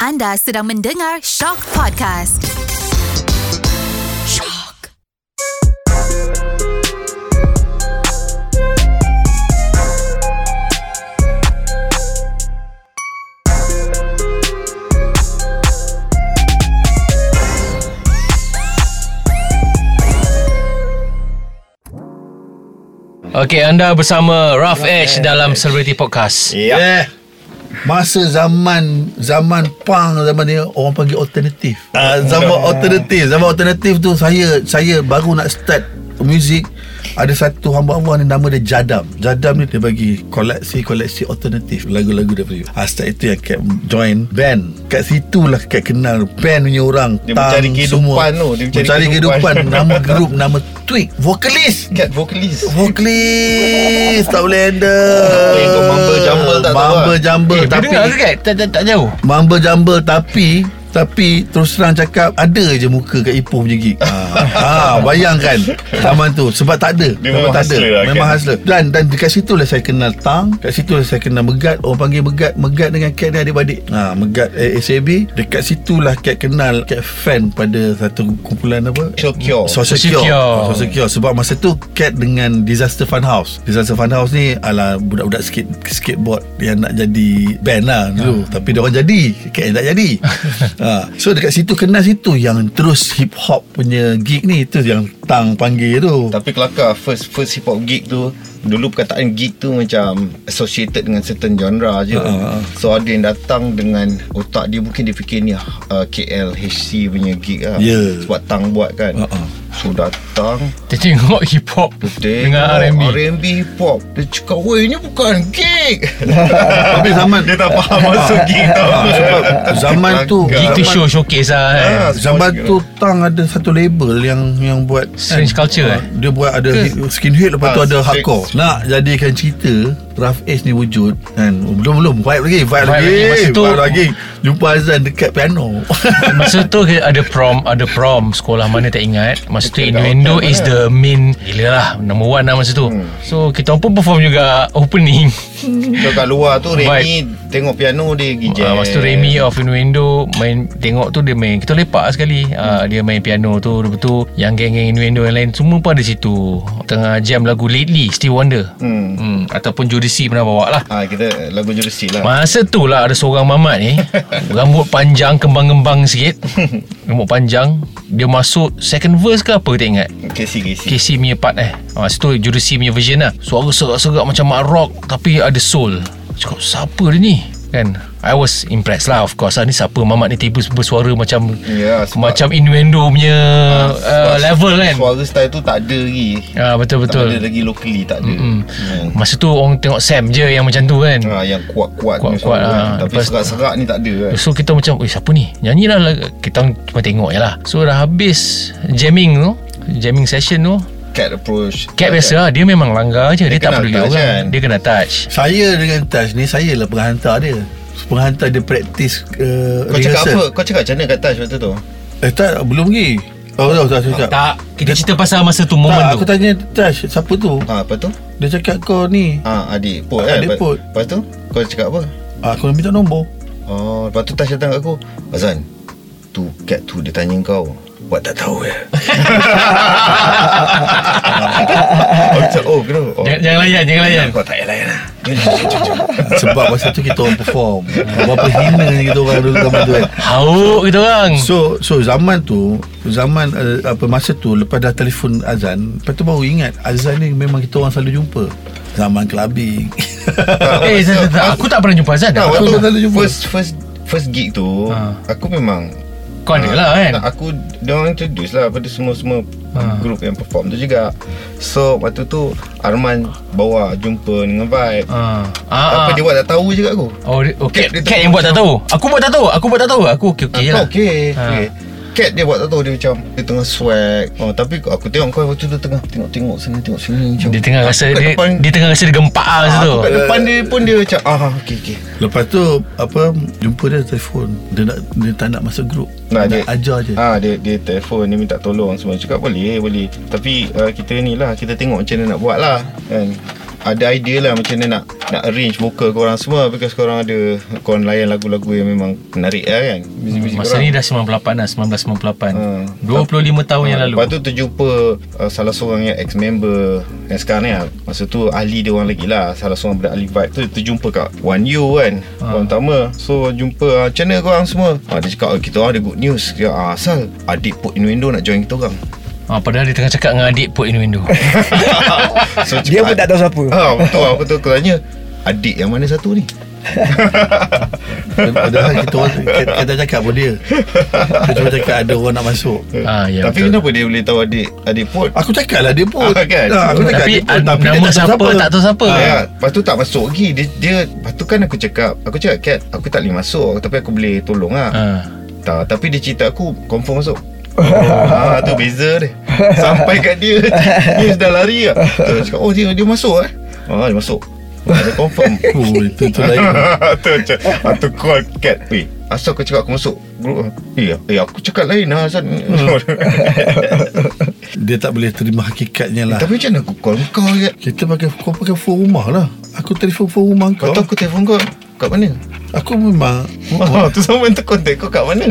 Anda sedang mendengar Shock Podcast. Shock. Okey, anda bersama Raf Edge dalam Celebrity Podcast. Eh, Ya. Yeah. Masa zaman zaman punk zaman ni orang panggil alternatif. Uh, zaman alternatif, zaman alternatif tu saya saya baru nak start muzik ada satu hamba Allah ni nama dia Jadam. Jadam ni dia bagi koleksi-koleksi alternatif lagu-lagu daripada ha, start itu yang kat join band. Kat situ lah kat kenal band punya orang. Dia mencari kehidupan tu, dia mencari mencari kehidupan. kehidupan. nama grup nama Twig vokalis Kat vokalis Vokalis Tak boleh handle Eh, kau mumble jumble tak tahu Mumble ah. jumble Eh, tapi Tapi dengar ke Kat? tak, tak, tak jauh. Mumble jumble Tapi tapi terus terang cakap ada je muka kat Ipoh punya gig. Ha, ha bayangkan zaman tu sebab tak ada. Dia Ah. memang tak hustler lah, ada. Memang Kat. hustler. Dan dan dekat situ lah saya kenal Tang, kat situ lah saya kenal Megat. Orang panggil Megat, Megat dengan Cat ni adik-beradik. Ha, Megat eh, SAB. Dekat situ lah Cat kenal Cat fan pada satu kumpulan apa? Syokyo Social Social Cure. Cure. Social Cure. Oh, Sebab masa tu Cat dengan Disaster Fun House. Disaster Fun House ni ala budak-budak skate skateboard yang nak jadi band lah dulu. Tapi dia orang jadi. Cat tak jadi. ha. So dekat situ kenal situ yang terus hip hop punya gig ni itu yang Tang panggil tu. Tapi kelakar First first hip hop gig tu Dulu perkataan gig tu macam Associated dengan certain genre je Ha, ha, ha. So ada yang datang dengan Otak dia mungkin dia fikir ni uh, KLHC punya gig lah Ya. Sebab Tang buat kan Ha, ha. So datang Dia tengok hip hop Dia dengan R&B. tengok R&B hip hop Dia cakap Weh ni bukan gig Tapi zaman Dia tak faham masuk gig tau Ha, sebab zaman tu Gig to show showcase lah kan. Ah, Zaman tu Tang ada satu label yang yang buat kan, ah, Strange Culture, eh? Dia buat ada hit- skinhead lepas tu Ah, ada strange. hardcore. Nak jadikan cerita Rough Edge ni wujud kan. Belum belum vibe lagi, vibe, Vibe lagi. lagi. Masa tu- vibe lagi. Jumpa Azan dekat piano. Masa tu ada prom Ada prom Sekolah mana tak ingat Masa tu Dekat Innuendo hotel is mana? the main Gila lah Number one lah masa tu So kita pun perform juga Opening So kat luar tu Remy Tengok piano dia pergi jam uh, Masa tu Remy of Innuendo Main Tengok tu dia main Kita lepak sekali uh, Dia main piano tu Lepas tu Yang geng-geng Innuendo yang lain Semua pun ada situ Tengah jam lagu Lately Steve Wonder Hmm. hmm, Ataupun Jodeci pernah bawa lah Ah kita lagu Jersey lah. Masa tu lah ada seorang mamat ni Rambut panjang Kembang-kembang sikit Rambut panjang Dia masuk second verse ke apa tak ingat Kesi kesi. KC punya part eh ha, Masa tu Jodeci punya version lah Suara serak-serak macam mak rock Tapi ada soul Cakap siapa dia ni Kan I was impressed lah of course lah. Ni siapa mamat ni tiba-tiba suara macam Ya, sebab- Ah, Macam innuendo punya uh, Sebab level kan Suara style tu tak ada lagi. Ah Tak ada Betul-betul lagi locally tak ada. Mm-mm. Hmm. Masa tu orang tengok Sam je yang macam tu kan Ah yang kuat-kuat Kuat-kuat, punya suara kan. ah. Tapi Lepas- serak-serak ni tak ada kan. So kita macam Eh siapa ni Nyanyilah lah Kita orang cuma tengok je lah So dah habis Jamming tu Jamming session tu Cat approach. Cat biasa lah Dia memang langgar je Dia, tak Dia kenal peduli touch orang kan? Dia kena touch saya dengan Taj ni saya lah penghantar dia. Penghantar dia praktis uh, Kau cakap apa? Kau cakap macam mana kat Taj waktu tu? Ha, Eh tak belum lagi. Oh, tak, tak, tak, tak. Tak Kita cerita pasal masa tu Moment tak tu aku tanya Taj siapa tu? Ha, apa tu? Dia cakap kau ni. Ah, adik Put kan. Adik Lepas- Put. Lepas tu kau cakap apa? Ah, Aku nak minta nombor. Oh, lepas tu Taj datang kat aku. Azan, tu cat tu dia tanya kau. Buat tak tahu ya. oh, macam, oh, kenapa? Oh. jangan, jangan layan Jangan layan Kau tak payah layan lah Jom, jom, jom, jom, jom. Sebab masa tu kita orang perform Berapa hina kita orang dulu zaman tu kan Hauk kita orang Eh, So so zaman tu Zaman uh, apa masa tu Lepas dah telefon Azan Lepas tu baru ingat Azan ni memang kita orang selalu jumpa Zaman clubbing Eh tak, tak, tak. Aku tak pernah jumpa Azan Tak, waktu Aku tak ada jumpa. First first first gig tu Ha. Aku memang Kau ada lah kan tak, Aku Dia orang introduce lah Pada semua-semua Ha. Group yang perform tu juga So waktu tu Arman Bawa jumpa dengan Vibe Ah, Apa ah, ah. dia buat tak tahu je kat aku Oh, dia, oh, cat, Cat dia cat tak yang tahu buat tak tahu Aku buat tak tahu Aku buat tak tahu Aku okey-okey Kau lah okay, Ha. okay. Cat dia buat tak tahu Dia macam Dia tengah swag oh, Tapi aku tengok kau Waktu tu tengah Tengok-tengok sana Tengok sini macam Dia tengah Aku rasa kat Dia, depan, Ah, dia tengah rasa dia gempak lah masa tu Aku kat depan dia pun Dia macam Ah okay okay Lepas tu apa Jumpa dia telefon Dia, nak, dia tak nak masuk grup Nah, dia, dia nak ajar je Ah dia dia telefon dia minta tolong semua cakap boleh boleh. ah, Tapi uh, kita ni lah kita tengok macam mana nak buat lah kan. Ada idea lah macam mana nak nak arrange vocal korang semua because korang ada korang layan lagu-lagu yang memang menarik lah kan muzik-muzik Hmm, Masa ni dah 98 dah 1998 Hmm. 25 tahun yang Ah, lalu Lepas tu terjumpa uh, salah seorang yang ex-member yang sekarang ni lah. Masa tu ahli dia orang lagi lah. Salah seorang budak ahli vibe tu terjumpa kat One U kan. Ah. Ha. Orang pertama. So jumpa uh, macam mana korang semua? Uh, dia cakap oh, kita orang ada good news. Dia, uh, asal adik Put Innuendo nak join kita orang. ha, Padahal dia tengah cakap dengan adik Put Innuendo So, Dia pun tak tahu siapa. Ha, betul lah. Betul aku tanya adik yang mana satu ni? Padahal kita orang kita, kita cakap pun dia Kita cuma cakap ada orang nak masuk Ah, ya, Tapi betul. kenapa dia boleh tahu adik adik Put? Aku cakap lah dia pun Ah, kan? Ah, Aku cakap Tapi, dia pun ah, nama dia lah. siapa, tak tahu siapa. Ah, ya. Lepas tu tak masuk lagi dia, dia Lepas tu kan aku cakap Aku cakap Kat aku tak boleh masuk Tapi aku boleh tolong lah ha. Tak, tapi dia cerita aku confirm masuk. Ah, tu beza dia. Sampai kat dia, dia sudah lari ah. Dia cakap, "Oh, dia dia masuk eh." Ah, dia masuk. Ah, dia confirm. Oh, itu tu lain tu macam Aku call cat Weh Asal kau cakap aku masuk Group Eh, eh aku cakap lain lah Asal Hmm. Dia tak boleh terima hakikatnya lah Tapi macam mana aku call kau kat Kita pakai Kau pakai phone rumah lah Aku telefon phone rumah Lepas kau tu aku telefon kau Kat mana Aku memang ah, Tu sama yang terkontak kau kat mana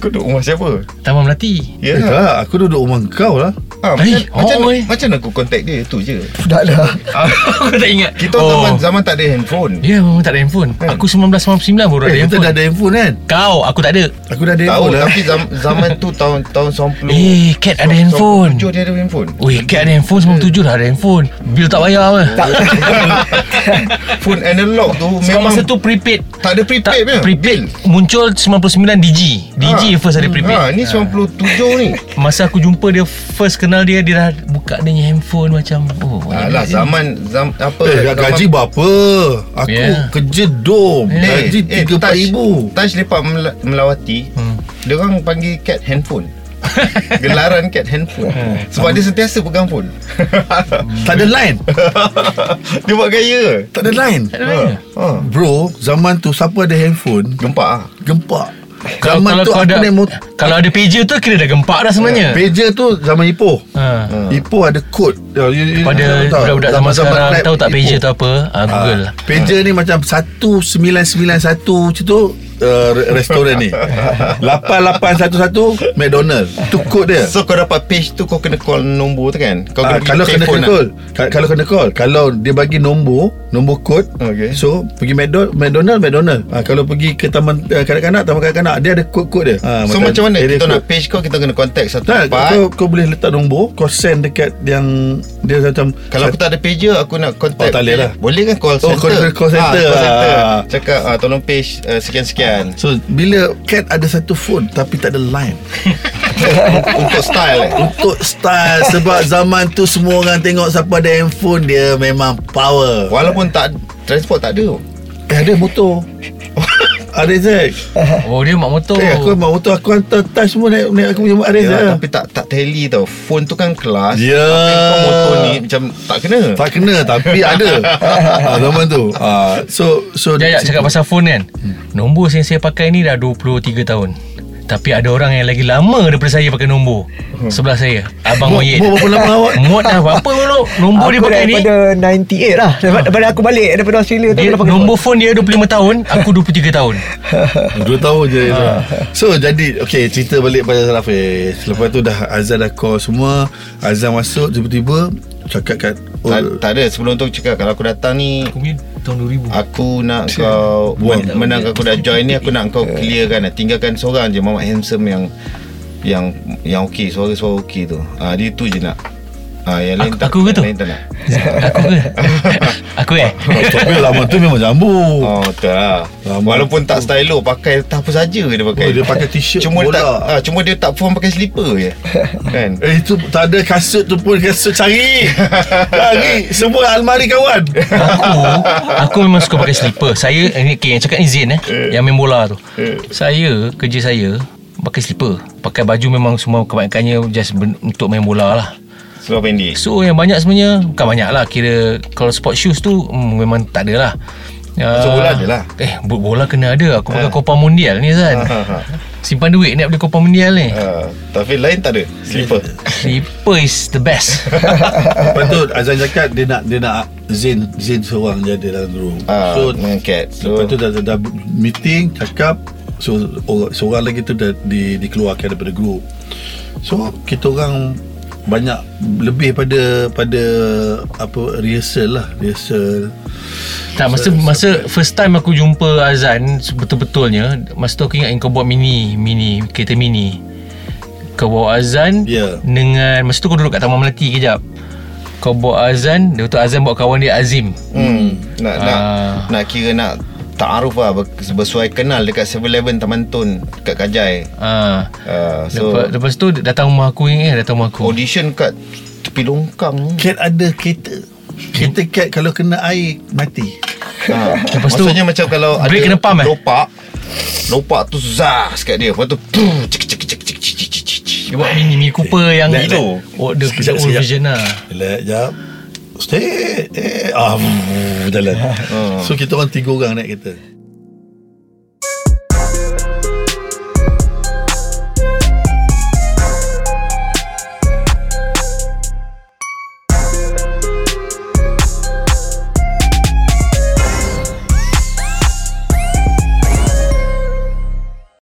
Kau duduk rumah siapa Taman Melati Eh, Ya tak, aku duduk rumah kau lah Ah, macam, Eh, macam, oh, eh. macam mana aku contact dia tu je Dah lah. dah. Aku tak ingat Ah. Kita oh. zaman, zaman tak ada handphone Ya memang tak ada handphone Kan? Aku 1999 baru ada Eh, kita handphone dah ada handphone kan Kau aku tak ada Aku dah ada Tahu handphone lah tapi zaman, zaman tu tahun tahun 90. Eh, Cat ada handphone. Jujur dia Eh. ada handphone. Ui kat ada handphone 97 dah ada handphone Bil tak bayar apa Tak. Phone analog tu Sekarang memang masa tu prepaid tak ada tak, prepaid punya. prepaid muncul 99 DG DG ha. first ada prepaid Ha, ni 97 ni. Masa aku jumpa dia First kenal dia Dia dah buka dia punya handphone Macam Oh Ah, Alah zaman zam, apa Eh, zaman- gaji berapa? Aku Yeah. kerja dom. Eh, Gaji eh, tiga Taj- ribu. Taj lepak Mel- melawati. Hmm. Dia orang panggil cat handphone. Gelaran cat handphone Hmm. Sebab dia sentiasa pegang phone Tak ada line. Dia buat gaya Tak ada line. ha. ha. Bro, zaman tu siapa ada handphone, Gempak ah. gempak. Kalau, Zaman kalau tu kau aku ada Eh. naik motor. Kalau ada pager tu Kira dah gempak dah sebenarnya Pager tu zaman Ipoh. ha. Ipoh ada kod. Ya, you- you- Pada you tahu tak? budak-budak zaman sekarang clap Tahu tak pager Ipoh. tu apa ha, Google Ah, pager ni macam 1991 macam tu uh, re- restoran ni 8811 McDonald tu kod dia So kau dapat page tu Kau kena call nombor tu kan Kau Ya. Ah, pergi kalau kena telefon kena lah. call Ka- kalau kena call kalau dia bagi nombor nombor kod Okey. so pergi McDonald McDonald McDonald ha, kalau pergi ke taman uh, kanak-kanak taman kanak-kanak dia ada kod-kod dia ha, So macam mana area kita code. nak page kau Kita kena contact satu tak, tempat kau, kau boleh letak nombor Kau send dekat yang Dia macam Kalau aku tak ada page aku nak contact Oh, tak boleh lah. Boleh kan call Oh, center call- call center. call center. Ah. Cakap ah, tolong page uh, sekian-sekian So bila Cat ada satu phone Tapi tak ada line Untuk style eh. Untuk style Sebab zaman tu Semua orang tengok Siapa ada handphone Dia memang power Walaupun tak Transport tak ada Eh ada motor Ada Zack Oh dia mak motor Eh aku ambil motor Aku hantar touch semua Naik, naik aku punya Ada ya, Zack Tapi tak tak tally tau Phone tu kan kelas Ya. Tapi kau motor ni Macam tak kena Tak kena Tapi ada ha, Zaman tu ha, So so Jajak cakap pasal phone kan hmm. Nombor yang saya pakai ni Dah 23 tahun Tapi ada orang yang lagi lama Daripada saya pakai nombor Sebelah saya Abang Mo- Moyet Mo- Hmm. berapa lama awak? Mod dah berapa dulu Nombor Aku dia pakai ni daripada 98 lah Daripada, daripada aku balik Daripada Australia tu dia, aku dah pakai Nombor phone dia 25 tahun Aku 23 tahun Dua tahun je ha. Ah. So jadi Okay cerita balik pada Rafiz Lepas tu dah Azan dah call semua Azan masuk Tiba-tiba Cakap kat tak, tak ada Sebelum tu cakap Kalau aku datang ni Aku punya tahun 2000 Aku nak kau Buang. Menang aku dah join ni Aku nak kau clearkan Tinggalkan seorang je Mamat handsome yang Yang yang okey Suara-suara okey tu ha, Dia tu je nak ha, Yang lain Aku- tak aku ke yang tu? lain tak nak Aku ke? Aku eh? Tapi lama tu memang jambu Oh oh. betul lah Lama Walaupun tak stylo Pakai tak apa saja dia pakai Oh, dia pakai t-shirt Cuma bola. tak ha, Cuma dia tak form pakai slipper je Kan Eh itu tak ada kasut tu pun Kasut cari Cari Semua almari kawan Aku Aku memang suka pakai slipper Saya eh, ni- okay, Yang cakap ni Zain eh Yang main bola tu Eh. Saya Kerja saya Pakai slipper Pakai baju memang Semua kebanyakannya Just ben- untuk main bola lah Seluar pendek So yang banyak sebenarnya Bukan banyak lah Kira Kalau sport shoes tu hmm, Memang tak ada lah So, Ah, bola ada lah. Eh. Eh bu- bola kena ada Aku pakai Copa Mundial ni Zan Ah, Simpan duit nak beli Copa Mundial ni ha, Tapi lain tak ada Slipper Slipper is the best Lepas tu Azan cakap Dia nak Dia nak Zain Zain seorang je ada dalam room Ah, dengan Kat. so, Lepas tu dah, dah, dah meeting Cakap So orang, seorang lagi tu dah di, dikeluarkan daripada group So kita orang banyak lebih pada pada apa rehearsal lah rehearsal Tak masa masa first time aku jumpa Azan betul-betulnya masa tu aku ingat yang kau buat mini mini kereta mini. Kau bawa Azan Ya. dengan masa tu kau duduk kat Taman Melati kejap. Kau bawa Azan, dia tu Azan bawa kawan dia Azim. Hmm. Nak nak Ah. nak kira nak taaruf lah ber- bersuai kenal dekat 7-Eleven Taman Tun dekat Kajai. Ha. Uh, So, so lepas, lepas tu datang rumah aku ingat eh, datang rumah Oh, aku. audition kat tepi longkang. cat ada kereta kereta cat kalau kena air mati Ha. Lepas tu, Maksudnya macam kalau ada brake kena pam, eh? lopak. Lopak tu zas kat dia. Lepas tu tuh, cik cik cik cik cik cik cik. cik. dia buat mini Mini Cooper yang That- that. Oh, the, the Sekejap, old sekejap. vision lah. Relax jap Stay eh, ah, wuh, Jalan So kita orang tiga orang naik kereta